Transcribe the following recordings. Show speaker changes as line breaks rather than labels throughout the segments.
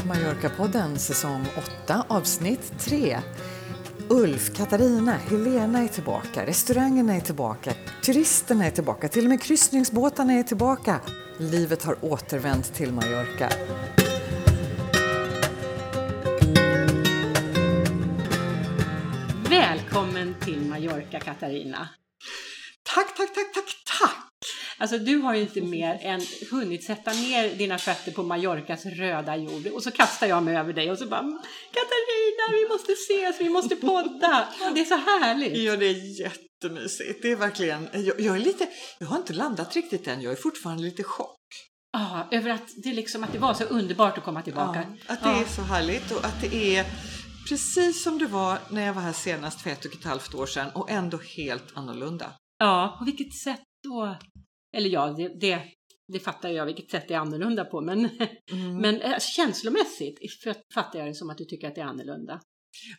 Brukarpodden säsong 8 avsnitt 3. Ulf, Katarina, Helena är tillbaka, restaurangerna är tillbaka, turisterna är tillbaka, till och med kryssningsbåtarna är tillbaka. Livet har återvänt till Mallorca.
Välkommen till Mallorca, Katarina.
Tack, tack, tack, tack, tack!
Alltså, du har ju inte mer än hunnit sätta ner dina fötter på Mallorcas röda jord och så kastar jag mig över dig och så bara Katarina, vi måste ses, vi måste podda. Det är så härligt.
Ja, det är jättemysigt. Det är verkligen, jag, jag är lite, jag har inte landat riktigt än. Jag är fortfarande lite i chock.
Ja, över att det, liksom, att det var så underbart att komma tillbaka.
Ja, att det är så härligt och att det är precis som det var när jag var här senast för ett och ett halvt år sedan och ändå helt annorlunda.
Ja, på vilket sätt då? Eller ja, det, det, det fattar jag vilket sätt det är annorlunda på, men,
Mm.
Mm.
men alltså, känslomässigt fattar jag det som att du tycker att det är annorlunda.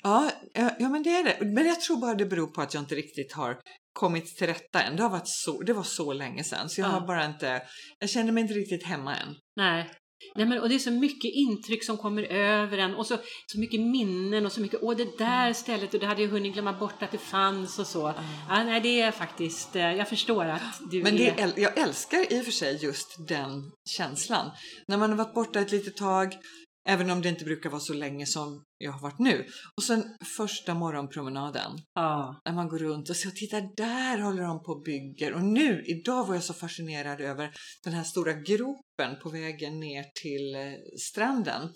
Ja, eh, ja, men det är det. Men jag tror bara det beror på att jag inte riktigt har kommit till rätta än. Det, har varit så, det var så länge sedan så jag
Ja.
har bara inte, jag känner mig inte riktigt hemma än.
Nej. Nej men, och det är så mycket intryck som kommer över en och så, så mycket minnen och så mycket, åh det
Mm.
där stället och det hade jag hunnit glömma bort att det fanns och så. Ja, nej det är faktiskt, eh, jag förstår att du
Men det,
är...
äl- jag älskar i och för sig just den känslan. När man har varit borta ett litet tag, även om det inte brukar vara så länge som jag har varit nu. Och sen första morgonpromenaden,
Ja,
när man går runt och ser och titta där håller de på och bygger. Och nu, idag var jag så fascinerad över den här stora gropen på vägen ner till eh, stranden.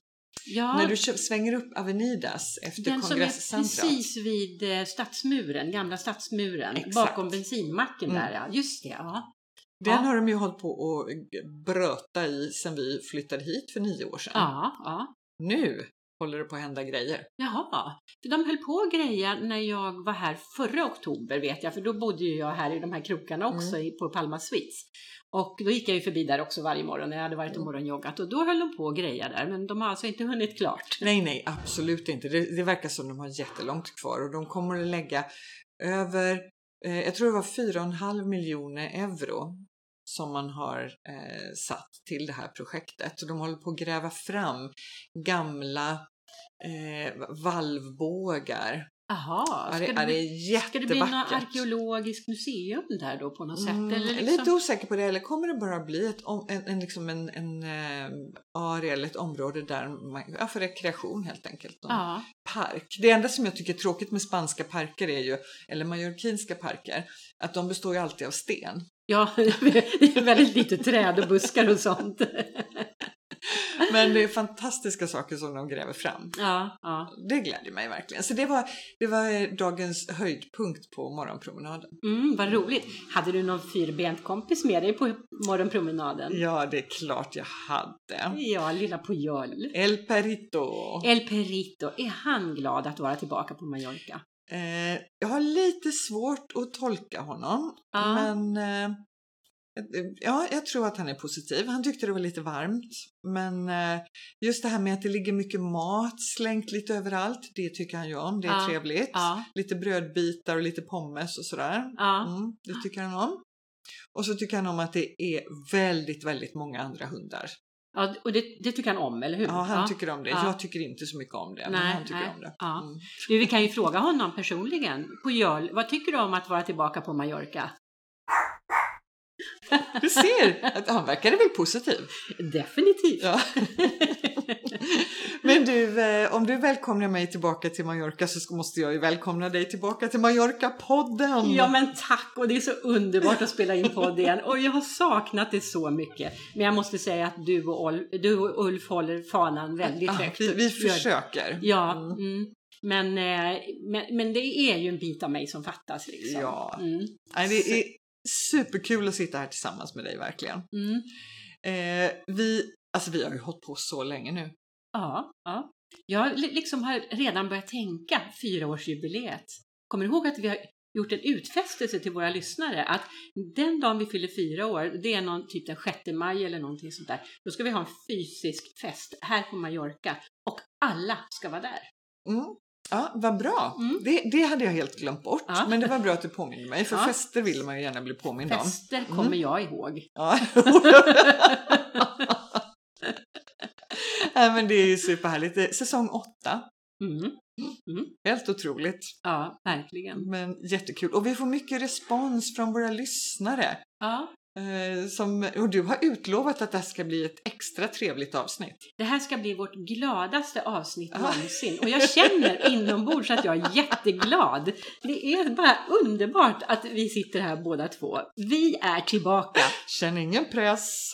ja
När du kö- svänger upp Avenidas efter
den som är
kongresscentret.
precis vid eh, stadsmuren, gamla stadsmuren,
Exakt.
bakom bensinmacken där
Mm.
ja. Just det, ja. Ja.
Den har de ju hållit på och bröta i sen vi flyttade hit för nio år sedan.
Ja, ja.
Nu håller det på att hända grejer.
Jaha, för de höll på och grejer när jag var här förra oktober vet jag, för då bodde ju jag här i de här krokarna också i, på Palma Suites. Och då gick jag ju förbi där också varje morgon när jag hade varit och morgonjoggat och då höll de på och grejer där, men de har alltså inte hunnit klart.
Nej, nej, absolut inte. Det, det verkar som de har jättelångt kvar och de kommer att lägga över, eh, jag tror det var 4,5 miljoner euro som man har eh, satt till det här projektet. Och de håller på att gräva fram gamla eh, valvbågar.
Jaha,
Ja, det,
ska
ja, det
det, bli-
är
ska det bli något
jättevackert.
arkeologiskt museum där då på något
Mm,
sätt? Eller
jag är
liksom?
Lite osäker på det, eller kommer det bara bli ett, om- en, en, liksom en, en eh, area eller ett område där man, ja, för rekreation helt enkelt? Någon
Ja,
Park. Det enda som jag tycker är tråkigt med spanska parker är ju, eller mallorquinska parker, att de består ju alltid av sten.
ja, det är väldigt lite träd och buskar och sånt.
Men det är fantastiska saker som de gräver fram.
Ja, ja.
Det gläder mig verkligen. Så det var, det var eh, dagens höjdpunkt på morgonpromenaden.
Mm, vad roligt. Hade du någon fyrbent kompis med dig på morgonpromenaden?
Ja, det är klart jag hade.
Ja, lilla Pujol.
El Perito.
El Perito, är han glad att vara tillbaka på Mallorca?
Eh, jag har lite svårt att tolka honom,
Ja.
men eh, ja, jag tror att han är positiv. Han tyckte det var lite varmt, men eh, just det här med att det ligger mycket mat slängt lite överallt, det tycker han ju om. Det är
Ja.
trevligt.
Ja.
Lite brödbitar och lite pommes och sådär.
Ja.
Mm, det tycker han om. Och så tycker han om att det är väldigt, väldigt många andra hundar.
ja och det, det tycker han om, eller hur?
Ja, han tycker om det.
Ja.
Jag tycker inte så mycket om det, men
Nej,
han tycker
nej.
om det.
Ja.
Mm.
Du, vi kan ju fråga honom personligen. Pujol, vad tycker du om att vara tillbaka på Mallorca?
Du ser, att han verkade väl positiv.
Definitivt.
Ja. Men du, eh, om du välkomnar mig tillbaka till Mallorca så ska- måste jag ju välkomna dig tillbaka till Mallorca-podden.
Ja men tack och det är så underbart att spela in podd igen och jag har saknat det så mycket. Men jag måste säga att du och, Ol- du och Ulf håller fanan väldigt
Ah,
högt.
vi, vi
Gör-
försöker.
Ja,
Mm.
mm. Men, eh, men, men det är ju en bit av mig som fattas. Liksom.
Ja.
Mm.
Nej, det är superkul att sitta här tillsammans med dig verkligen.
Mm.
Eh, vi, alltså vi har ju hållit på så länge nu.
Ja, ja. Jag li- liksom har redan börjat tänka fyraårsjubileet. Kommer du ihåg att vi har gjort en utfästelse till våra lyssnare att den dagen vi fyller fyra år, det är någon typ den 6 maj eller någonting sånt där, då ska vi ha en fysisk fest här på Mallorca och alla ska vara där.
Mm. Ja, vad bra.
Mm.
Det, det hade jag helt glömt bort.
Ja.
Men det var bra att du påminde mig, för
Ja.
fester vill man ju gärna bli påmind om.
Fester kommer jag ihåg.
Ja. Nej, men det är ju superhärligt. Säsong åtta.
Mm.
Helt otroligt,
Ja, verkligen.
men jättekul. Och vi får mycket respons från våra lyssnare.
Ja.
Eh, som, och du har utlovat att det här ska bli ett extra trevligt avsnitt.
Det här ska bli vårt gladaste avsnitt
Ja.
någonsin och jag känner inombords att jag är jätteglad. Det är bara underbart att vi sitter här båda två. Vi är tillbaka!
Känn ingen press.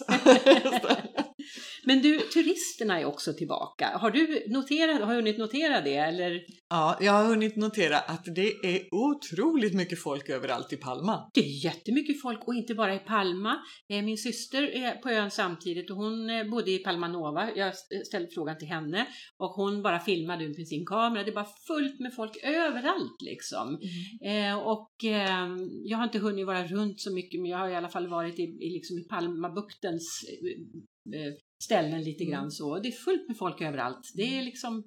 Men du, turisterna är också tillbaka. Har du noterat, har hunnit notera det eller?
ja, jag har hunnit notera att det är otroligt mycket folk överallt i Palma.
Det är jättemycket folk och inte bara i Palma. Eh, Min syster är på ön samtidigt och hon eh, bodde i Palma Nova. Jag st- ställde frågan till henne och hon bara filmade ut med sin kamera. Det är bara fullt med folk överallt liksom. Eh, och eh, jag har inte hunnit vara runt så mycket men jag har i alla fall varit i, i, liksom i Palmabuktens eh, eh, ställen lite
Mm.
grann så. Det är fullt med folk överallt. Det är liksom...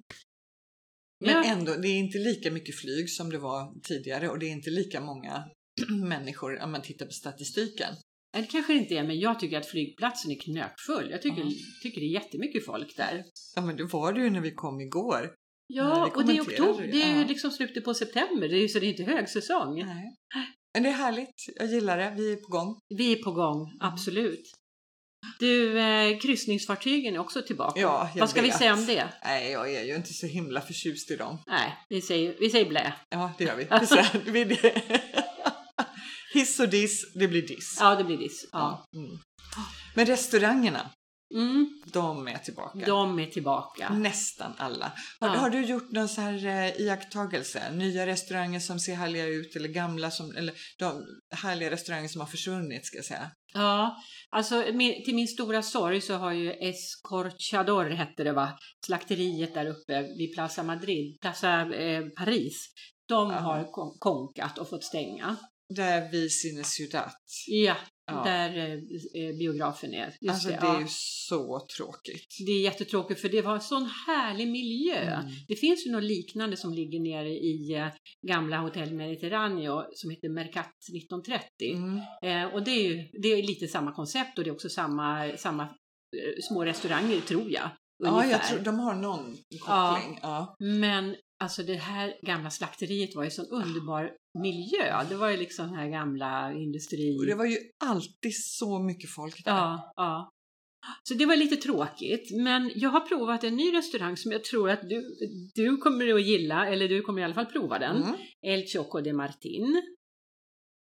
Men
Ja.
ändå, det är inte lika mycket flyg som det var tidigare och det är inte lika många människor om man tittar på statistiken.
Nej, eh, Det kanske det inte är, men jag tycker att flygplatsen är knökfull. Jag tycker,
Ja.
tycker det är jättemycket folk där.
Ja, men det var det ju när vi kom igår. Nej,
Ja,
vi
och det är
kommenterar
oktober.
det.
Det är ju
Ja.
liksom slutet på september, det är ju så det är inte högsäsong.
Nej. Men det är härligt. Jag gillar det. Vi är på gång.
Vi är på gång, absolut. Du, eh, kryssningsfartygen är också tillbaka.
Ja, jag
Vad ska vi
vet.
säga om det?
Nej, jag är ju inte så himla förtjust i dem.
Nej, vi säger, vi säger blä.
Ja, det gör vi. Det är så här, det blir det. Hiss och diss, det blir diss.
Ja, det blir diss. Ja.
Mm. Men restaurangerna,
Mm,
de är tillbaka.
de är
Mm.
tillbaka.
Nästan alla. Har,
Ja.
har du gjort någon så här eh, iakttagelse? Nya restauranger som ser härliga ut eller gamla som, eller de härliga restauranger som har försvunnit ska jag säga.
Ja, alltså min, till min stora sorg så har ju Escorchador hette det va, slakteriet där uppe vid Plaza Madrid, Plaza eh, Paris. De
Ja.
har kon- konkat och fått stänga.
Där vi Ciudad.
Ja,
Ja.
där eh, eh, biografen är. Just
Alltså det,
det,
är
ja.
ju så tråkigt.
det är jättetråkigt för det var en sån härlig miljö.
Mm.
Det finns ju något liknande som ligger nere i eh, gamla Hotel Mediterraneo som heter Mercat 1930.
Mm.
Eh, och det är ju det är lite samma koncept och det är också samma, samma eh, små restauranger tror jag.
Ja,
Ungefär.
jag tror de har någon koppling. Ja.
Men alltså det här gamla slakteriet var ju en sån underbar miljö. Det var ju liksom den här gamla industri...
Och det var ju alltid så mycket folk där.
Ja, ja. Så det var lite tråkigt, men jag har provat en ny restaurang som jag tror att du, du kommer att gilla, eller du kommer i alla fall prova den.
Mm.
El Choco de Martin.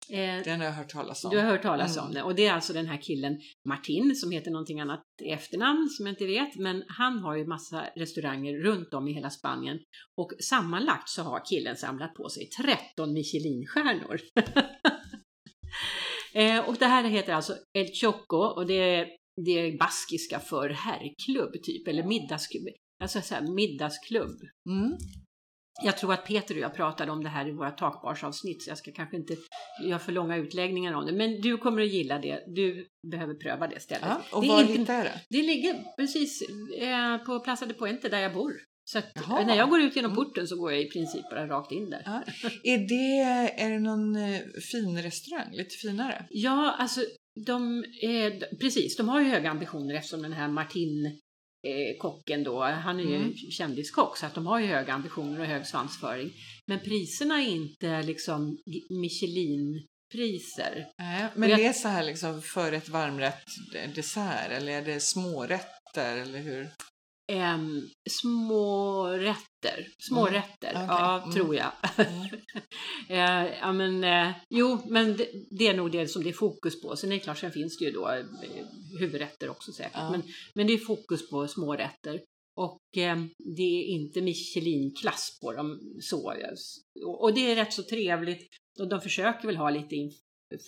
Eh,
Den har jag hört talas om.
du har hört talas
Mm.
om det och det är alltså den här killen Martin som heter någonting annat i efternamn som jag inte vet, men han har ju massa restauranger runt om i hela Spanien och sammanlagt så har killen samlat på sig 13 Michelinstjärnor. Eh, och det här heter alltså El Choco och det är, det är baskiska för herrklubb typ, eller middagsklubb. Alltså så här, middagsklubb.
Mm.
Jag tror att Peter och jag pratade om det här i våra takbarsavsnitt så jag ska kanske inte göra för långa utläggningar om det. Men du kommer att gilla det. Du behöver pröva det stället.
Ja. Och
det, är
var
inte-
hittar jag det?
det ligger precis eh, på Plaza de Puente där jag bor. Så att,
Jaha.
när jag går ut genom
Mm.
porten så går jag i princip bara rakt in där.
Ja. Är det, är det någon eh, fin restaurang? Lite finare?
Ja, alltså de, eh, d- precis, de har ju höga ambitioner eftersom den här Martin eh, kocken då, han är ju
Mm.
kändiskock så att de har ju höga ambitioner och hög svansföring. Men priserna är inte liksom G- Michelin-priser.
Nej, men
Jag-
det är så här liksom förrätt, varmrätt, d- dessert eller är det smårätter eller hur?
Ehm, små rätter, små
Mm.
rätter,
Okej.
ja
Mm.
tror jag.
Mm.
Eh, ja, men, eh, jo, men det, det är nog det som det är fokus på. Sen är det klart, sen finns det ju då eh, huvudrätter också säkert.
Ja.
Men, men det är fokus på smårätter. Och eh, det är inte Michelin-klass på dem. Så, eh, s- och, och det är rätt så trevligt. Och de försöker väl ha lite in,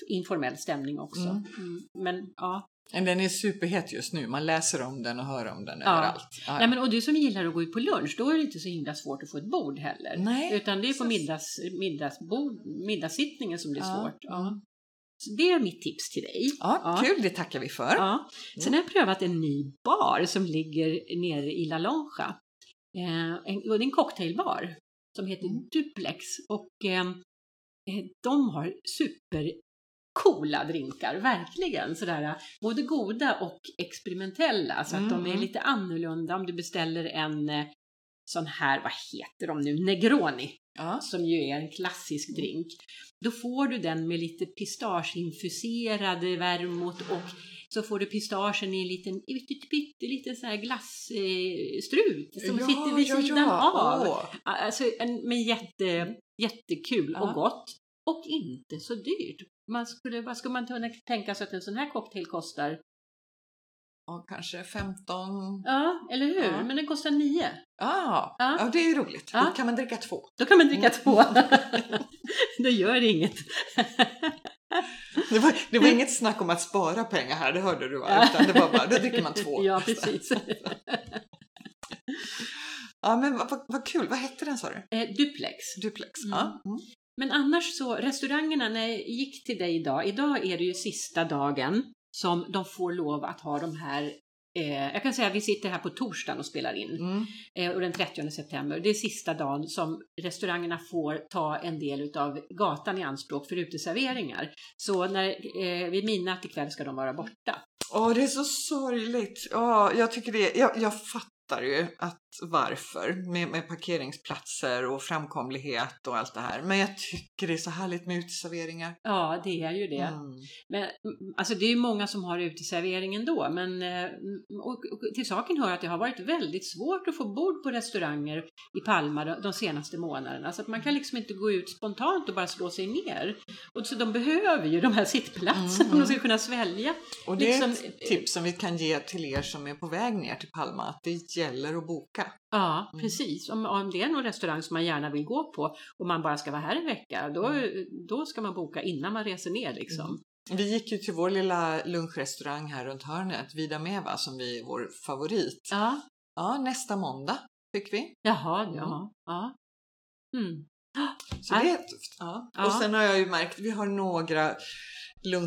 informell stämning också.
Mm.
Mm, Men ja,
Men Den är superhet just nu. Man läser om den och hör om den
Ja.
överallt. Ja,
Nej, men, och du som gillar att gå ut på lunch, då är det inte så himla svårt att få ett bord heller.
Nej,
Utan det är på
precis.
middags, middagsbord, middagssittningen som blir
Ja,
svårt.
ja.
Så det är mitt tips till dig.
ja,
Ja.
kul. Det tackar vi för.
Ja. Sen har jag prövat en ny bar som ligger nere i La Longa. Eh, en, och det är en cocktailbar som heter ehm,
Mm.
Duplex och eh, eh, de har super coola drinkar, verkligen. Sådär, både goda och experimentella, så att de är
Mm.
lite annorlunda om du beställer en eh, sån här, vad heter de nu, Negroni,
Ja.
som ju är en klassisk
Mm.
drink. Då får du den med lite pistageinfuserade vermouth och så får du pistagen i en liten pytte- pytteliten sån här glassstrut eh, strut som
Ja,
sitter vid
ja,
sidan
ja.
av.
Åh. Mm.
Alltså, en, men jätte, jättekul
Ja.
och gott. Och inte så dyrt. Man skulle, vad skulle man kunna tänka sig att en sån här cocktail kostar?
Ja, kanske 15. Ja,
Ja, eller hur?
Ja.
Men den kostar nio.
ja. Mm.
Ja.
det är ju roligt.
Ja.
Då kan man dricka två.
Då kan man dricka två. Då gör det inget.
Det var, det var inget snack om att spara pengar här, det hörde du va?
Mm. Ja.
Utan det var bara, då dricker man två.
Ja, precis.
Ja, men vad, vad, vad kul. Vad hette den sa du?
Eh, Duplex.
Duplex.
Mm.
Ja. Mm.
Men annars så, restaurangerna, när jag gick till dig idag, idag är det ju sista dagen som de får lov att ha de här Eh, jag kan säga att vi sitter här på torsdagen och spelar in
Mm.
eh, och den 30 september. Det är sista dagen som restaurangerna får ta en del av gatan i anspråk för uteserveringar. Så när, eh, vid midnatt ikväll ska de vara borta.
Åh, det är så sorgligt. Åh, jag, tycker det, jag, jag fattar ju att varför med, med parkeringsplatser och framkomlighet och allt det här. Men jag tycker det är så härligt med uteserveringar.
Ja, det är ju det.
Mm.
Men, mm, alltså det är ju många som har uteservering ändå, men eh, mm, och, och, till saken hör att det har varit väldigt svårt att få bord på restauranger i Palma de, de senaste månaderna. Så att man kan liksom inte gå ut spontant och bara slå sig ner. Och så de behöver ju de här sittplatserna
Mm,
om
mm.
de ska kunna svälja.
Och det är
Liksom-
ett tips som vi kan ge till er som är på väg ner till Palma, att det gäller att boka.
Ja,
Mm.
precis. Om, om det är någon restaurang som man gärna vill gå på och man bara ska vara här en vecka, då, då ska man boka innan man reser ner liksom.
Mm. Vi gick ju till vår lilla lunchrestaurang här runt hörnet, Vida Meva, som vi är vår favorit.
Ja,
Ja, nästa måndag fick vi.
jaha,
Mm.
ja. ja. Mm.
Så
Ja.
det är tufft. Ja.
Ja.
Och sen har jag ju märkt, vi har några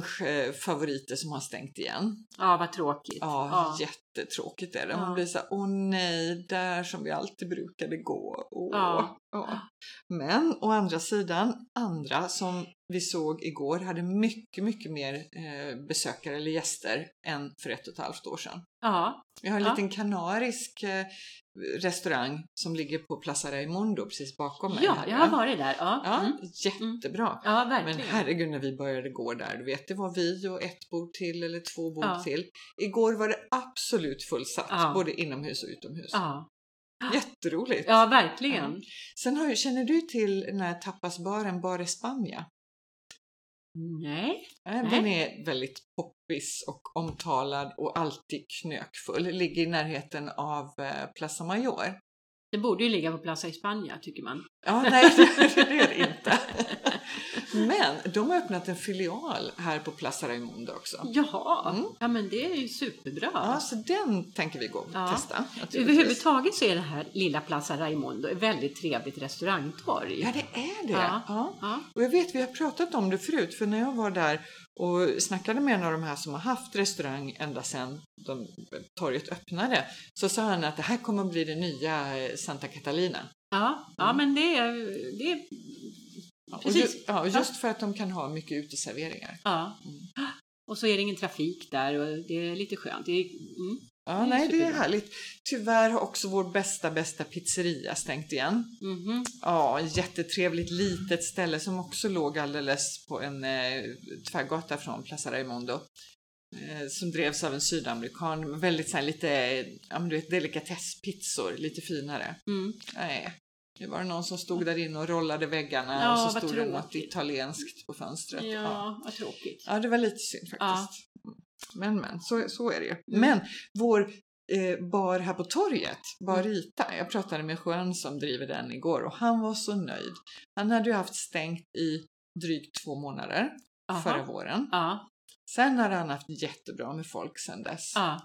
lunchfavoriter som har stängt igen.
Ja, vad tråkigt.
Ja,
Ja.
jättetråkigt är det.
Ja.
Man blir så här, åh nej, där som vi alltid brukade gå. Åh.
Ja.
Ja. Men å andra sidan, andra som vi såg igår hade mycket, mycket mer eh, besökare eller gäster än för ett och ett halvt år sedan.
Ja,
Vi har en
Ja.
liten kanarisk eh, restaurang som ligger på Plaza Raimondo precis bakom mig.
ja
här,
jag
va?
har varit där. Ja,
Ja,
mm.
jättebra.
ja
Men
verkligen.
herregud när vi började gå där, du vet, det var vi och ett bord till eller två bord
Ja.
till. Igår var det absolut fullsatt,
Ja.
både inomhus och utomhus.
ja.
Jätteroligt!
ja, verkligen.
Sen har, ju- känner du till den här tapasbaren Bar España?
Nej.
Eh, Den är väldigt poppis och omtalad och alltid knökfull. Ligger i närheten av eh, Plaza Mayor.
Det borde ju ligga på Plaza Hispania, tycker man.
Ja, nej, det det är det inte. Men de har öppnat en filial här på Plaza Raimondo också.
Jaha,
Mm.
ja men det är ju superbra.
Ja, så den tänker vi gå och
Ja.
testa. naturligtvis.
Överhuvudtaget så är det här lilla Plaza Raimondo ett väldigt trevligt restaurangtorg.
Ja, det är det. Ja.
Ja. Ja.
Och jag vet, vi har pratat om det förut, för när jag var där och snackade med en av de här som har haft restaurang ända sedan de, torget öppnade, så sa han att det här kommer att bli det nya eh, Santa Catalina.
Ja.
Mm.
ja, men det är... Det är
Ja, och
Precis.
ju- ja, och just för att de kan ha mycket uteserveringar.
ja.
Mm.
Och så är det ingen trafik där och det är lite skönt. Det är, mm.
Ja,
Det är
nej, det är
superbra.
härligt. Tyvärr har också vår bästa, bästa pizzeria stängt igen.
Mhm.
Ja, jättetrevligt litet ställe som också låg alldeles på en eh, tvärgata från Plaza Raimondo. Eh, som drevs av en sydamerikan. men Väldigt så här lite, eh, ja men du vet delikatesspizzor, lite finare.
Mm.
Nej, det var någon som stod där inne och rollade väggarna
Ja,
och så
vad
stod det något
tråkigt.
italienskt på fönstret.
Ja, vad tråkigt.
Ja, det var lite synd
Ja. Mm.
faktiskt. Men men, så, så är det ju. Men vår eh, bar här på torget,
Mm.
Barita, jag pratade med Juan som driver den igår och han var så nöjd. Han hade ju haft stängt i drygt två månader
Aha.
förra våren.
Ja,
Sen hade han haft jättebra med folk sen dess.
ja.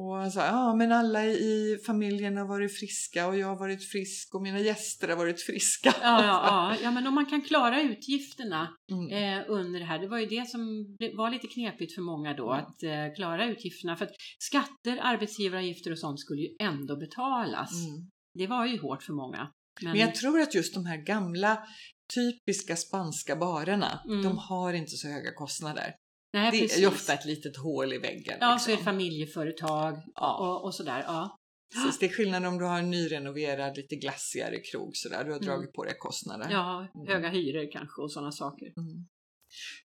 Och han sa, ja men alla i familjen har varit friska och jag har varit frisk och mina gäster har varit friska.
Ja, ja, ja. ja, men om man kan klara utgifterna
Mm.
eh, under det här. Det var ju det som ble- var lite knepigt för många då,
Mm.
att eh, klara utgifterna. För att skatter, arbetsgivaravgifter och sånt skulle ju ändå betalas.
Mm.
Det var ju hårt för många. Men,
Men jag tror att just de här gamla typiska spanska barerna,
Mm.
de har inte så höga kostnader.
Nej,
det är
precis.
ju ofta ett litet hål i väggen.
Ja, så
liksom.
är det familjeföretag
Ja.
och, och sådär. Ja.
Precis, det är skillnad om du har en nyrenoverad, lite glassigare krog sådär. Du har dragit på dig kostnader.
Mm. ja,
Mm.
höga hyror kanske och sådana saker.
Mm.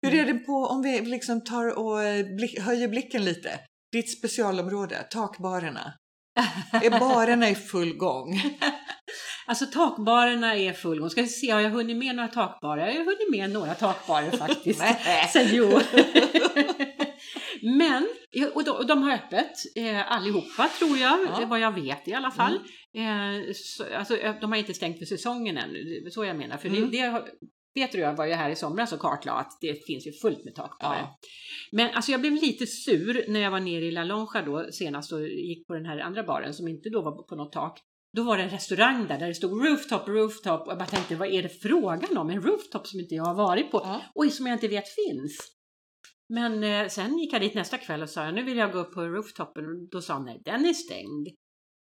Hur
Mm.
är det på, om vi liksom tar och eh, blick, höjer blicken lite? Ditt specialområde, takbarerna. Är barerna i full gång?
Alltså takbarerna är full gång. Ska vi se, har jag hunnit med några takbarer? Jag har hunnit med några takbarer faktiskt.
Nej.
Sen jo. Men, eh, och de, och de har öppet eh, allihopa tror jag,
Ja. Mm.
eh, vad jag vet i alla fall. Eh, så, alltså, eh, de har inte stängt för säsongen än, det är så jag menar. För
Mm.
det, det har- Peter och jag var ju här i somras och kartlade att det finns ju fullt med takbarer.
Ja.
Men alltså jag blev lite sur när jag var nere i La Longa då senast och gick på den här andra baren som inte då var på något tak. Då var det en restaurang där, där det stod rooftop, rooftop och jag bara tänkte vad är det frågan om? En rooftop som inte jag har varit på
Ja.
och som jag inte vet finns. Men eh, sen gick jag dit nästa kväll och sa nu vill jag gå upp på rooftopen. Då sa han nej, den är stängd.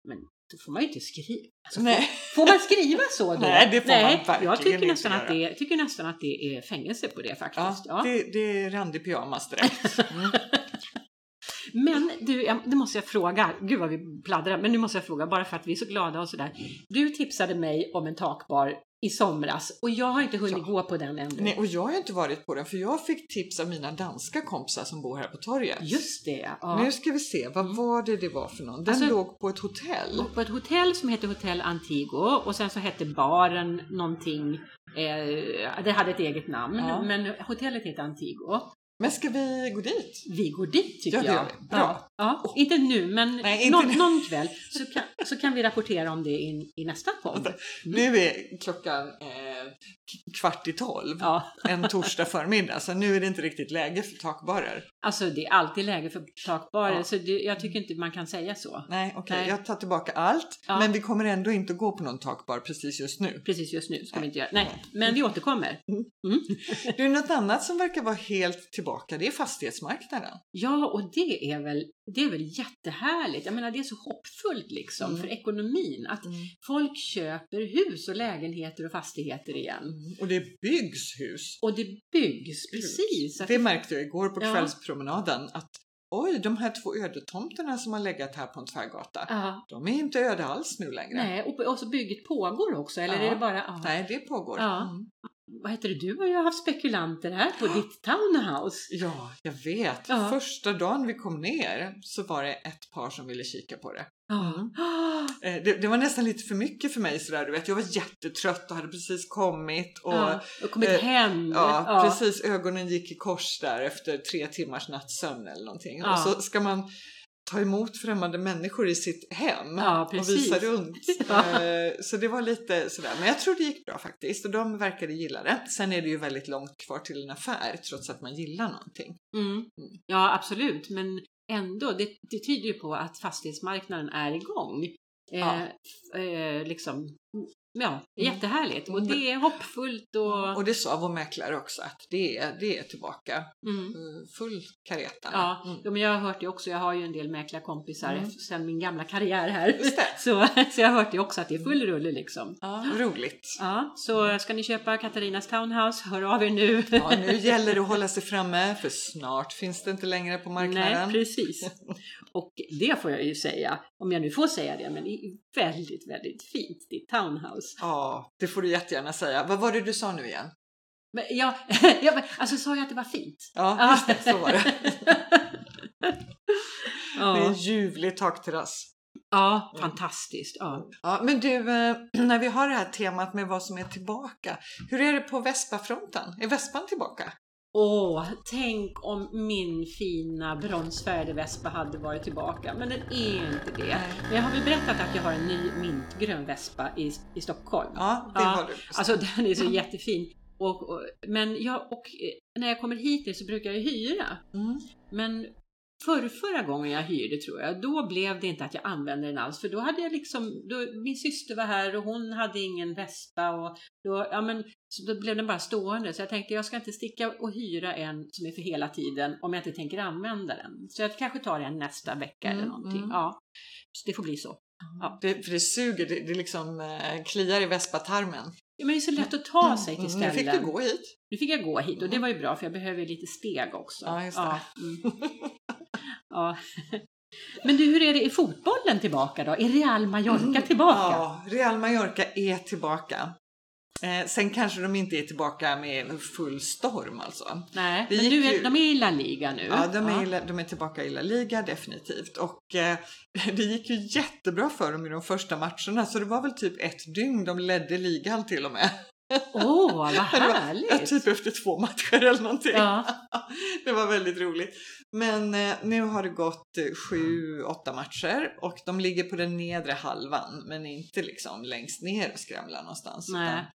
Men då får man ju inte skriva. Alltså,
Nej.
Får man skriva så då?
Nej, det får man verkligen
jag tycker
inte
nästan, att
göra.
det, jag tycker nästan att det är fängelse på det
Ja,
faktiskt. Ja.
det, det är randig pyjamas direkt. Mm.
Men du, jag, det måste jag fråga. Gud vad vi pladdrar, men nu måste jag fråga bara för att vi är så glada och sådär. Du tipsade mig om en takbar i somras och jag har inte hunnit
Ja.
gå på den ännu.
Nej, och jag har ju inte varit på den för jag fick tips av mina danska kompisar som bor här på torget.
Just det, ja.
Nu ska vi se, vad var det det var för någon? Den
Alltså-
låg på ett hotell.
på ett hotell som hette Hotel Antigo och sen så hette baren någonting, eh, det hade ett eget namn,
Ja.
men hotellet heter Antigo.
Men ska vi gå dit?
Vi går dit tycker
Ja, det
jag.
gör vi. Bra.
Ja, ja.
Oh.
Inte nu, men
Nej, inte
någon,
nu.
någon kväll så kan, så kan vi rapportera om det i, i nästa podd. Mm.
Nu är klockan eh, k- kvart i tolv
Ja.
en torsdag förmiddag så nu är det inte riktigt läge för takbarer.
Alltså det är alltid läge för takbarer,
Ja.
så det, jag tycker inte man kan säga så.
Nej, okej,
Nej.
jag tar tillbaka allt.
Ja.
Men vi kommer ändå inte gå på någon takbar precis just nu.
Precis just nu ska vi inte göra. Nej, men vi återkommer. Mm.
Det är något annat som verkar vara helt tillbaka, det är fastighetsmarknaden.
Ja, och det är, väl, det är väl jättehärligt. Jag menar, det är så hoppfullt liksom
Mm.
för ekonomin att folk köper hus och lägenheter och fastigheter igen.
Och det byggs hus.
Och det byggs, precis. Att
Det märkte jag igår på
Ja.
kvällspromenaden att oj, de här två ödetomterna som har legat här på en tvärgata,
Ja,
de är inte öde alls nu längre.
nej, och, och så bygget pågår också, eller
Ja.
är det bara... ja.
Nej, det pågår.
Ja.
Mm.
Vad heter det, du har ju haft spekulanter här på ditt townhouse.
Ja, jag vet.
Ja.
Första dagen vi kom ner så var det ett par som ville kika på det.
Ja.
Eh, Det, det var nästan lite för mycket för mig sådär, du vet. Jag var jättetrött och hade precis kommit och
Ja,
ja,
och kommit
eh,
hem.
precis ögonen gick i kors där efter tre timmars nattsömn eller någonting.
Ja.
Och så ska man ta emot främmande människor i sitt hem
Ja,
och
precis.
visa runt.
Ja.
Eh, Så det var lite sådär, men jag tror det gick bra faktiskt och de verkade gilla det. Sen är det ju väldigt långt kvar till en affär trots att man gillar någonting.
Mm. Ja, absolut, men ändå, det, det tyder ju på att fastighetsmarknaden är igång. Eh,
Ja.
f- eh, liksom, ja,
Mm.
jättehärligt och det är hoppfullt och...
Och det sa vår mäklare också att det är, det är tillbaka.
Mm.
Eh, Full kareta.
Ja,
Mm.
jo, men jag har hört det också. Jag har ju en del mäklarkompisar
Mm.
mm. sedan min gamla karriär här.
Just det. Mm.
Så, så jag har hört det också att det är full rulle liksom.
Roligt.
Ja, så ska ni köpa Katarinas townhouse, hör av er nu.
Mm. Ja, nu gäller det att hålla sig framme för snart finns det inte längre på marknaden.
Nej, precis. Och det får jag ju säga, om jag nu får säga det, men det är väldigt, väldigt fint, ditt townhouse.
ja, det får du jättegärna säga. Vad var det du sa nu igen?
Men jag, jag, men, alltså sa jag att det var fint?
Ja,
Ja.
just det, så var det. Det är en
Ja,
ljuvlig takterrass.
ja fantastiskt. Ja.
Ja, men du, eh, när vi har det här temat med vad som är tillbaka. Hur är det på Vespafronten? Är Vespan tillbaka?
Åh, tänk om min fina bronsfärgade vespa hade varit tillbaka, men den är inte det. Men jag har väl berättat att jag har en ny mintgrön vespa i, i Stockholm.
Ja, det
Ja,
har du.
Alltså den är så jättefin. Och, och, men jag, och, eh, när jag kommer hit så brukar jag hyra.
Mm.
Men förr, förra gången jag hyrde tror jag, då blev det inte att jag använde den alls. För då hade jag liksom, då, min syster var här och hon hade ingen vespa och då, ja men, så då blev den bara stående. Så jag tänkte jag ska inte sticka och hyra en som är för hela tiden om jag inte tänker använda den. Så jag kanske tar den nästa vecka eller
Mm,
någonting.
mm.
Ja, så det får bli så. Ja.
Det, för det suger, det, det liksom eh, kliar i vespatarmen.
Ja, men det är så lätt att ta sig till
Mm, nu
ställen.
fick du gå hit.
Nu fick jag gå hit och det var ju bra för jag behöver ju lite steg också.
Ja, just det.
mm. ja. Men du, hur är det, är fotbollen tillbaka då? Är Real Mallorca tillbaka?
Mm. Ja, Real Mallorca är tillbaka. Eh, sen kanske de inte är tillbaka med full storm alltså.
Nej,
Det
men
gick
nu
ju-
är, de är i La Liga nu.
Ja, de är, i La- de är tillbaka i La Liga definitivt. Och eh, det gick ju jättebra för dem i de första matcherna så det var väl typ ett dygn de ledde ligan till och med.
Åh, vad
Det var- Ja,
härligt!
typ efter två matcher eller någonting.
Ja,
Det var väldigt roligt. Men eh, nu har det gått eh, sju, åtta matcher och de ligger på den nedre halvan men inte liksom längst ner och skramlar någonstans.
Nej.
utan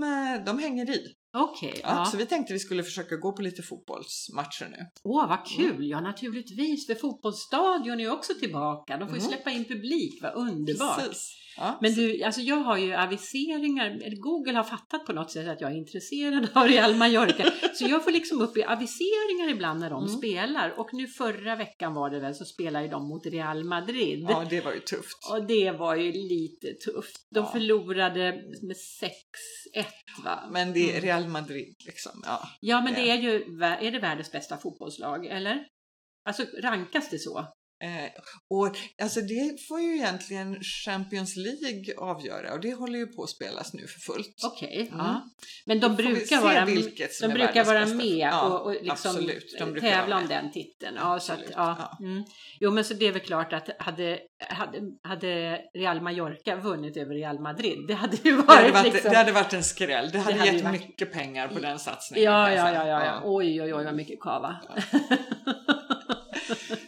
De, eh, de hänger i.
okej.
Ja,
ja.
Så vi tänkte vi skulle försöka gå på lite fotbollsmatcher nu.
Åh, vad kul! Ja, naturligtvis, för fotbollsstadion är ju också tillbaka. De får ju
Mm.
släppa in publik, vad underbart!
Precis. Ja.
Men du, alltså jag har ju aviseringar, eller Google har fattat på något sätt att jag är intresserad av Real Mallorca. Så jag får liksom upp i aviseringar ibland när de
Mm.
spelar. Och nu förra veckan var det väl så spelade ju de mot Real Madrid.
ja, det var ju tufft.
Och det var ju lite tufft. De
Ja.
förlorade med 6-1 va?
Men det är
Mm.
Real Madrid liksom. Ja.
Ja men det är ju, vä- är det världens bästa fotbollslag, eller? Alltså rankas det så?
Eh, och, alltså det får ju egentligen Champions League avgöra och det håller ju på att spelas nu för fullt.
Okej,
Mm.
ja. Men de
Får vi
brukar
se
vara
vilket som
De
är
brukar
världens
vara
bästa.
med
Ja,
och, och liksom
absolut. De brukar
tävla
vara
om
med.
den titeln. Ja, så att,
Absolut,
ja. Mm. Jo, men så det är väl klart att hade, hade, hade Real Mallorca vunnit över Real Madrid, det hade ju
Det hade,
varit,
varit,
liksom...
det hade varit en skräll. Det hade,
hade ju
gett
varit-
mycket pengar på den satsningen.
Ja,
kan jag
ja,
säga.
ja, ja, ja. Oj, oj, oj, vad mycket kava.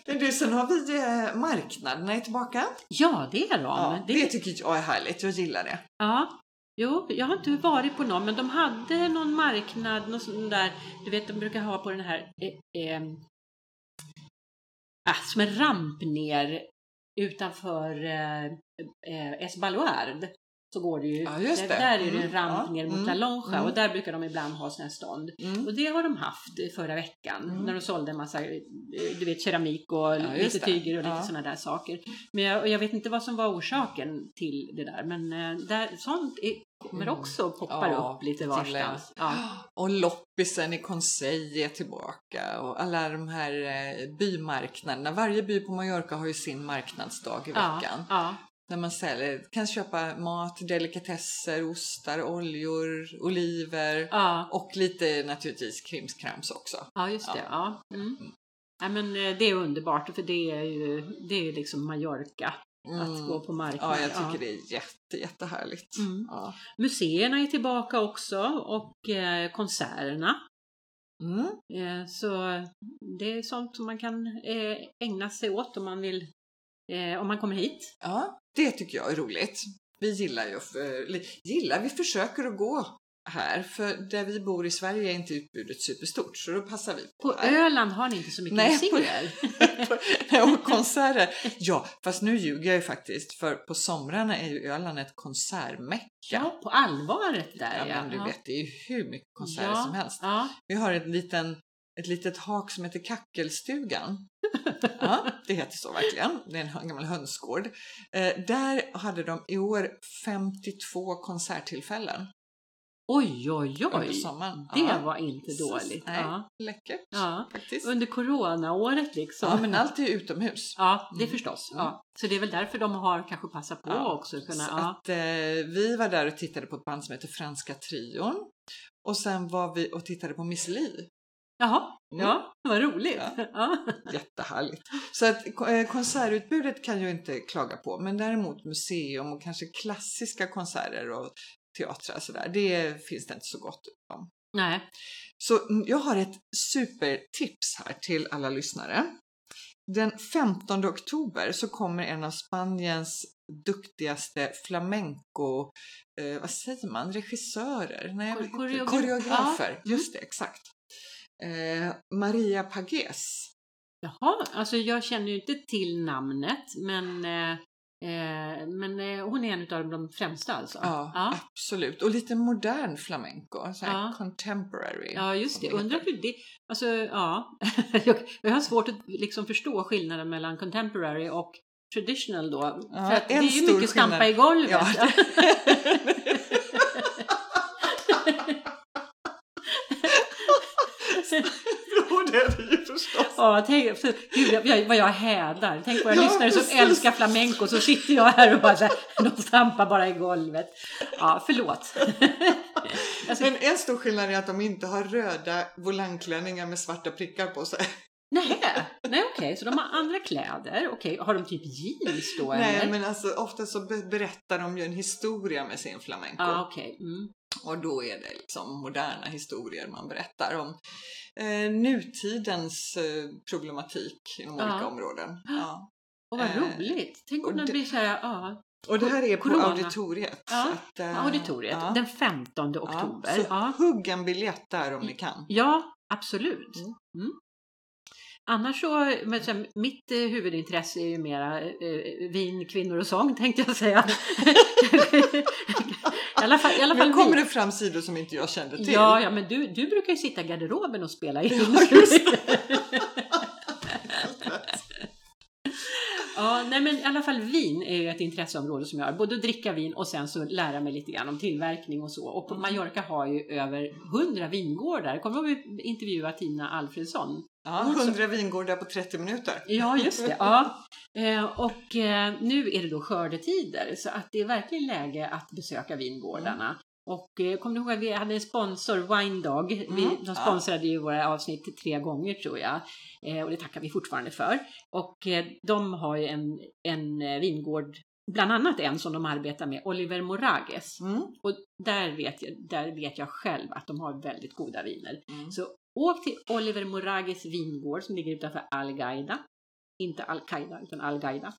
Men du, sen har vi eh, marknaderna är tillbaka.
Ja, det är de.
Ja, det...
det,
tycker jag är härligt. Jag gillar det.
ja. Jo, jag har inte varit på någon, men de hade någon marknad, någon sån där, du vet, de brukar ha på den här, eh, eh, ah, som en ramp ner utanför eh, eh, Es Baluard. Så går det ju,
Ja, just
där-
det.
där är det en
Mm,
ramp
ja,
ner mot
mm,
La Lonja
mm.
och där brukar de ibland ha såna här stånd.
Mm.
Och det har de haft eh, förra veckan
Mm.
när de sålde en massa eh, du vet, keramik och
just
lite
det.
tyger och lite
Ja.
sådana där saker. Men jag, och jag vet inte vad som var orsaken till det där, men eh, där, sånt är, kommer
Mm.
också och poppar
Ja,
upp lite
gillar jag.
varstans. Ja.
Och loppisen i Conseil är tillbaka och alla de här eh, bymarknaderna. Varje by på Mallorca har ju sin marknadsdag i
Ja,
veckan.
ja,
När man säljer, kan köpa mat, delikatesser, ostar, oljor, oliver
ja,
och lite naturligtvis krimskrams också.
ja, just det. Ja. Mm. Ja, men eh, det är underbart, för det är ju, det är ju liksom Mallorca, att
Mm.
gå på marknad.
Ja, jag tycker det är jätte, jättehärligt.
Mm.
Ja.
Museerna är tillbaka också och eh, konserterna.
Mm.
Eh, Så det är sånt som man kan eh, ägna sig åt om man vill eh, om man kommer hit.
ja, det tycker jag är roligt. Vi gillar ju, eller gillar, vi försöker att gå här för där vi bor i Sverige är inte utbudet superstort så då passar vi på.
På
här.
Öland har ni inte så mycket
Nej, på-
museer.
Nej, och konserter. Ja, fast nu ljuger jag ju faktiskt för på somrarna är ju Öland ett konsertmecka.
Ja, på allvaret där
Ja, men du
ja.
vet, det är ju hur mycket konserter
Ja,
som helst.
Ja,
Vi har ett, liten, ett litet hak som heter Kackelstugan. Ja, det heter så verkligen. Det är en hö- gammal hönsgård. Eh, där hade de i år 52 konserttillfällen
oj, oj,
under
oj.
sommaren.
Det
Ja,
var inte dåligt.
Nej.
Ja.
läckert
Ja.
faktiskt.
Under coronaåret liksom.
Ja, men allt är ju utomhus.
Ja, det
Mm.
förstås.
Mm.
Ja. Så det är väl därför de har kanske passat på
Ja,
också. att Kunna,
Så
ja.
att, eh, vi var där och tittade på ett band som heter Franska Trion och sen var vi och tittade på Miss Li.
Jaha,
Mm.
ja, vad roligt.
Ja.
Ja.
Jättehärligt. Så att eh, konsertutbudet kan jag inte klaga på, men däremot museum och kanske klassiska konserter och teatrar och sådär, det finns det inte så gott om.
Nej,
Så mm, jag har ett supertips här till alla lyssnare. Den 15 oktober så kommer en av Spaniens duktigaste flamenco, eh, vad säger man, regissörer? Nej,
Kor-
vad heter det?
koreograf-
koreografer.
ja.
Just det, exakt. Eh, Maria Pagés.
Jaha, alltså jag känner ju inte till namnet, men, eh, eh, men eh, hon är en av de främsta alltså?
Ja,
ja.
absolut. Och lite modern flamenco, så här
Ja.
contemporary.
Ja, just det.
som
Undrar
heter.
hur det... Alltså, ja. jag, jag har svårt att liksom förstå skillnaden mellan contemporary och traditional då.
Ja,
för att det
en
är ju
stor
mycket stampa
skillnad.
i golvet.
Ja.
Ja, tänk, för, gud, jag- jag, vad jag hädar. Tänk våra
Ja,
lyssnare som
precis.
älskar flamenco så sitter jag här och bara så här, de stampar bara i golvet. Ja, förlåt. Alltså,
Men en stor skillnad är att de inte har röda volangklänningar med svarta prickar på sig.
nej, nej okej, så de har andra kläder. Okej, har de typ jeans då
Nej,
eller?
men alltså ofta så be- berättar de ju en historia med sin flamenco.
Ja, okej. Mm.
Och då är det liksom moderna historier man berättar om eh, nutidens eh, problematik inom
Ja.
olika områden. Ja.
Och vad
Eh,
roligt. Tänk om
och
den
det-
blir så här, ja,
Och det här är på
Corona.
auditoriet.
Ja,
så att, eh,
auditoriet
ja.
den 15 oktober.
Ja, så
Ja. Mm.
hugg en biljett där om ni kan.
Ja, absolut.
liksom. Mm.
Mm. Annars så, men sen, mitt eh, huvudintresse är ju mera eh, vin, kvinnor och sång tänkte jag säga. I alla fall, i alla fall
Nu kommer det
vin.
fram sidor som inte jag kände till.
Ja, ja, men du, du brukar ju sitta i garderoben och spela in.
Ja, just
ja, nej, men i alla fall vin är ju ett intresseområde som jag har. Både att dricka vin och sen så lära mig lite grann om tillverkning och så. Och
Mm.
på Mallorca har ju över hundra vingårdar. Kommer du ihåg vi intervjua Tina Alfredsson?
Ja, 100 vingårdar på 30 minuter.
Ja, just det. Ja. Eh, Och eh, nu är det då skördetider så att det är verkligen läge att besöka vingårdarna.
Mm.
Och eh, kommer ni ihåg att vi hade en sponsor, Wine Dog. Vi,
Mm, ja.
de sponsrade ju våra avsnitt tre gånger tror jag. Eh, Och det tackar vi fortfarande för. Och eh, de har ju en, en eh, vingård, bland annat en som de arbetar med, Oliver Morages.
Mm.
Och där vet, jag, där vet jag själv att de har väldigt goda viner.
Mm.
Så åk till Oliver Morages vingård som ligger utanför Al-Qaida. Inte Al-Qaida utan Al-Qaida.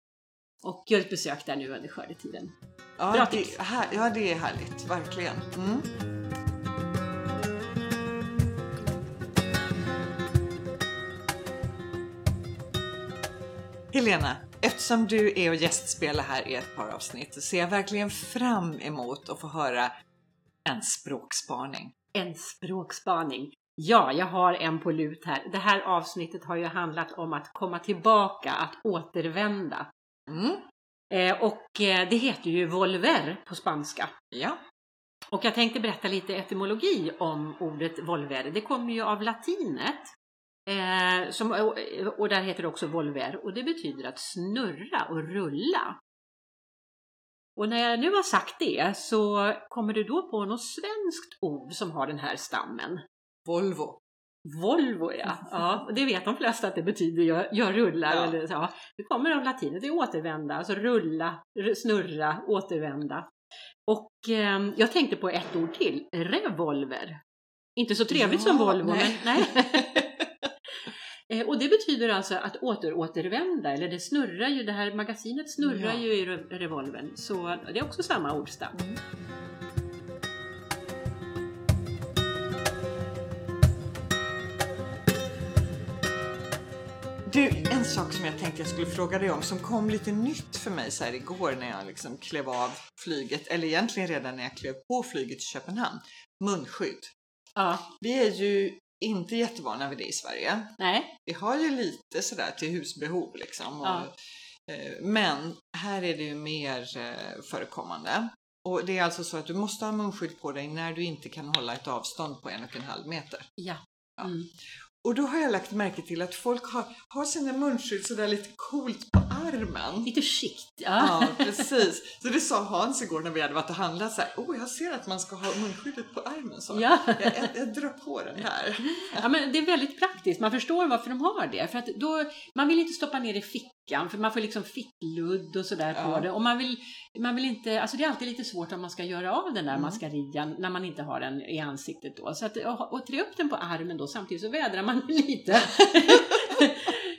Och gör ett besök där nu under skördetiden. Bra
Ja,
tips.
det, här, ja, det är härligt, verkligen. Mm. Helena, eftersom du är och gästspelar här i ett par avsnitt så ser jag verkligen fram emot att få höra en språkspaning.
En språkspaning. Ja, jag har en på lut här. Det här avsnittet har ju handlat om att komma tillbaka, att återvända.
Mm.
Eh, och eh, det heter ju volver på spanska.
Ja.
Och jag tänkte berätta lite etymologi om ordet volver. Det kommer ju av latinet. Eh, som, och- och där heter det också volver. Och det betyder att snurra och rulla. Och när jag nu har sagt det så kommer du då på något svenskt ord som har den här stammen.
Volvo.
Volvo ja, ja och det vet de flesta att det betyder jag, jag rullar.
Ja.
Eller, så, ja. Det kommer av latinet, det är återvända, alltså rulla, r- snurra, återvända. Och ehm, jag tänkte på ett ord till, revolver. Inte så trevligt
Ja,
som Volvo,
nej.
men nej. Eh, Och det betyder alltså att åter återvända, eller det snurrar ju, det här magasinet snurrar
Ja.
ju i re- revolven. Så det är också samma ordstam.
Mm. Du, en sak som jag tänkte jag skulle fråga dig om som kom lite nytt för mig så här igår när jag liksom klev av flyget, eller egentligen redan när jag klev på flyget till Köpenhamn. Munskydd.
Ja,
Vi är ju inte jättevana vid det i Sverige.
nej,
Vi har ju lite sådär till husbehov liksom. Och,
Ja.
eh, Men här är det ju mer eh, förekommande. Och det är alltså så att du måste ha munskydd på dig när du inte kan hålla ett avstånd på en och en halv meter.
ja.
Ja.
Mm.
Och då har jag lagt märke till att folk har, har sina munskydd sådär lite coolt på armen.
Lite skikt,
Ja, precis. Så det sa Hans igår när vi hade varit och handlat så här. Oh, jag ser att man ska ha munskyddet på armen. Så.
ja. Mm. ja.
Jag, jag, jag drar på den här.
Ja, men det är väldigt praktiskt. Man förstår varför de har det. För att då, man vill inte stoppa ner i fickan, för man får liksom fickludd och sådär
Ja.
på det. Och man vill, man vill inte, alltså det är alltid lite svårt om man ska göra av den där
Mm.
mascarillan när man inte har den i ansiktet då. Så att, och, och trä upp den på armen då, samtidigt så vädrar man lite.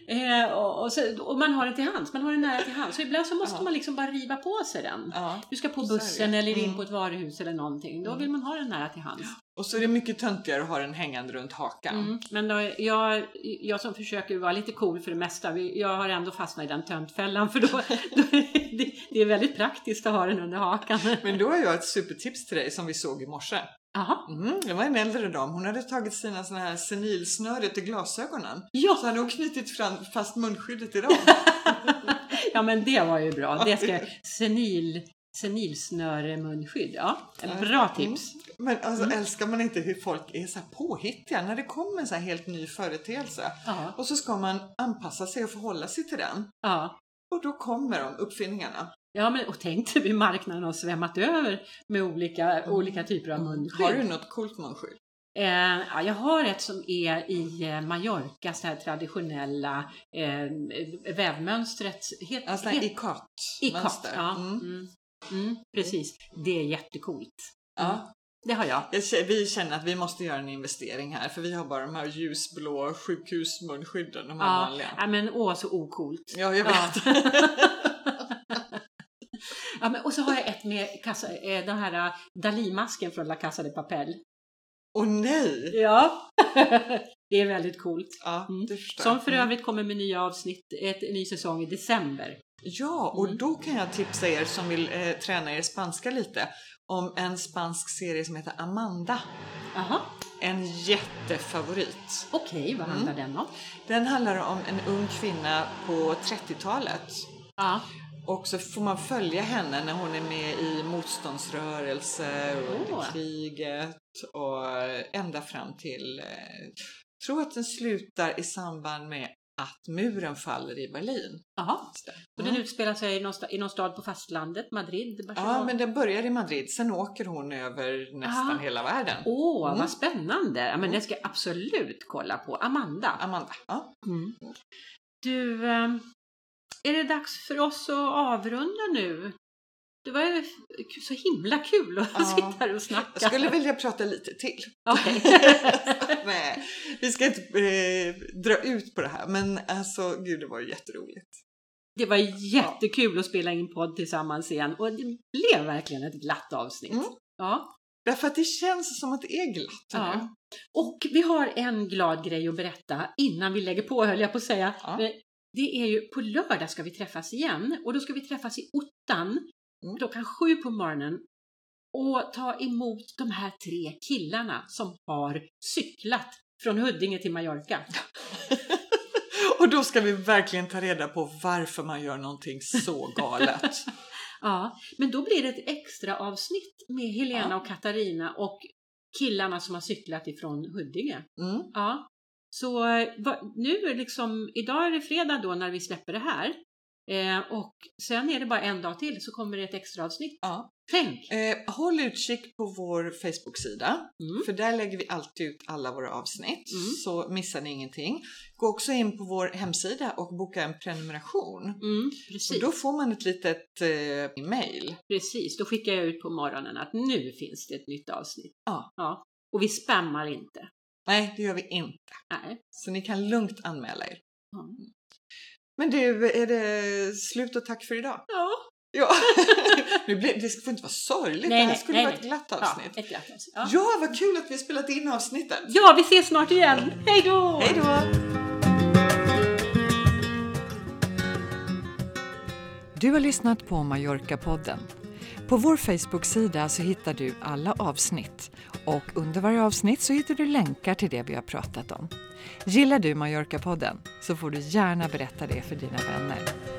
eh, och, och, så, och man har den till hands, man har den nära till hands. Så ibland så måste
Ja.
man liksom bara riva på sig den.
Ja.
Du ska på
Så är det.
bussen eller in
Mm.
på ett varuhus eller någonting. Då
Mm.
vill man ha den nära till hands.
Och så är det mycket töntigare att ha den hängande runt hakan.
Mm, men då, jag, jag som försöker vara lite cool för det mesta, vi- jag har ändå fastnat i den töntfällan för då, då det, det är väldigt praktiskt att ha den under hakan.
Men då har jag ett supertips till dig som vi såg i morse.
Jaha,
Mm, det var en äldre dam. Hon hade tagit sina såna här senilsnöre till glasögonen. Så
ja,
hade hon knutit fram, fast munskyddet i dem.
ja men det var ju bra. Det ska, senil senilsnöremunskydd. Ja,
Ja.
bra tips.
Men alltså
Mm.
älskar man inte hur folk är så här påhittiga när det kommer en så här helt ny företeelse.
Ja,
Och så ska man anpassa sig och förhålla sig till den.
ja.
Och då kommer de, uppfinningarna.
ja men, och tänk dig hur marknaden har svämmat över med olika, olika typer av munskydd.
Mm. Har du något coolt munskydd?
Eh, ja, jag har ett som är i eh, Mallorca, så här traditionella eh, vävmönstret. Het,
Alltså
het- Ikat,
ikat-mönster.
Ja,
Mm.
mm. Mm, precis. Det är jättecoolt. Mm.
Ja.
Det har jag.
Jag k- Vi känner att vi måste göra en investering här för vi har bara de här ljusblå sjukhusmunskydden, de här
Ja,
vanliga.
ja, men åh så ocoolt.
Ja, jag
Ja.
vet.
Ja, men, och så har jag ett med kassa, eh, den här eh, Dali-masken från La Casa de Papel.
Åh nej!
Ja, det är väldigt coolt.
Ja,
Mm.
du förstår.
Som för
Mm.
övrigt kommer med nya avsnitt, ett ny säsong i december.
Ja,
Mm.
och då kan jag tipsa er som vill eh, träna er spanska lite om en spansk serie som heter Amanda.
Aha,
En jättefavorit.
okej, vad handlar
Mm.
den om?
Den handlar om en ung kvinna på 30-talet.
Ja,
Och så får man följa henne när hon är med i motståndsrörelser och under
Åh.
kriget och ända fram till, eh, tror att den slutar i samband med att muren faller i Berlin.
aha. Och den
Mm.
utspelar sig i någon, sta- i någon stad på fastlandet, Madrid, Barcelona.
Ja, men den börjar i Madrid, sen åker hon över nästan
Ah.
hela världen.
Åh,
Mm.
vad spännande! Ja, men det ska jag absolut kolla på. Amanda.
Amanda. Ja.
Mm. Du, ehm, är det dags för oss att avrunda nu? Det var ju k- så himla kul att
Ja.
sitta här och snacka.
Jag skulle vilja prata lite till.
Okej.
Nej, vi ska inte eh, dra ut på det här, men alltså gud, det var ju jätteroligt.
Det var jättekul att spela in podd tillsammans igen och det blev verkligen ett glatt avsnitt.
Mm.
Ja.
Därför att det känns som att det är glatt
Ja.
nu.
Och vi har en glad grej att berätta innan vi lägger på höll jag på att säga.
Ja.
Men Det är ju på lördag ska vi träffas igen och då ska vi träffas i ottan
Mm.
klockan sju på morgonen och ta emot de här tre killarna som har cyklat från Huddinge till Mallorca.
Och då ska vi verkligen ta reda på varför man gör någonting så galet.
Ja, men då blir det ett extra avsnitt med Helena
Ja.
och Katarina och killarna som har cyklat ifrån Huddinge.
Mm.
Ja. Så eh, va, nu är liksom, idag är det fredag då när vi släpper det här. Eh, och sen är det bara en dag till så kommer det ett extra avsnitt.
Ja.
Tänk!
Eh, håll utkik på vår Facebook-sida,
Mm.
för där lägger vi alltid ut alla våra avsnitt,
Mm.
så missar ni ingenting. Gå också in på vår hemsida och boka en prenumeration.
Mm,
Och
precis,
då får man ett litet eh, mail.
precis, då skickar jag ut på morgonen att nu finns det ett nytt avsnitt.
Ja.
ja. Och vi spammar inte.
Nej, det gör vi inte.
Nej.
Så ni kan lugnt anmäla er.
Ja.
Men du, är det slut och tack för idag?
Ja.
Ja, nu blir, det får inte vara sorgligt.
Nej,
det här
nej,
skulle
nej,
vara ett
nej.
glatt
ja,
avsnitt.
ett glatt avsnitt. Ja.
Ja, vad kul att vi spelat in avsnittet.
ja, vi ses snart igen. Hej då!
Hej då!
Du har lyssnat på Mallorca-podden. På vår Facebook-sida så hittar du alla avsnitt och under varje avsnitt så hittar du länkar till det vi har pratat om. Gillar du Mallorca-podden så får du gärna berätta det för dina vänner.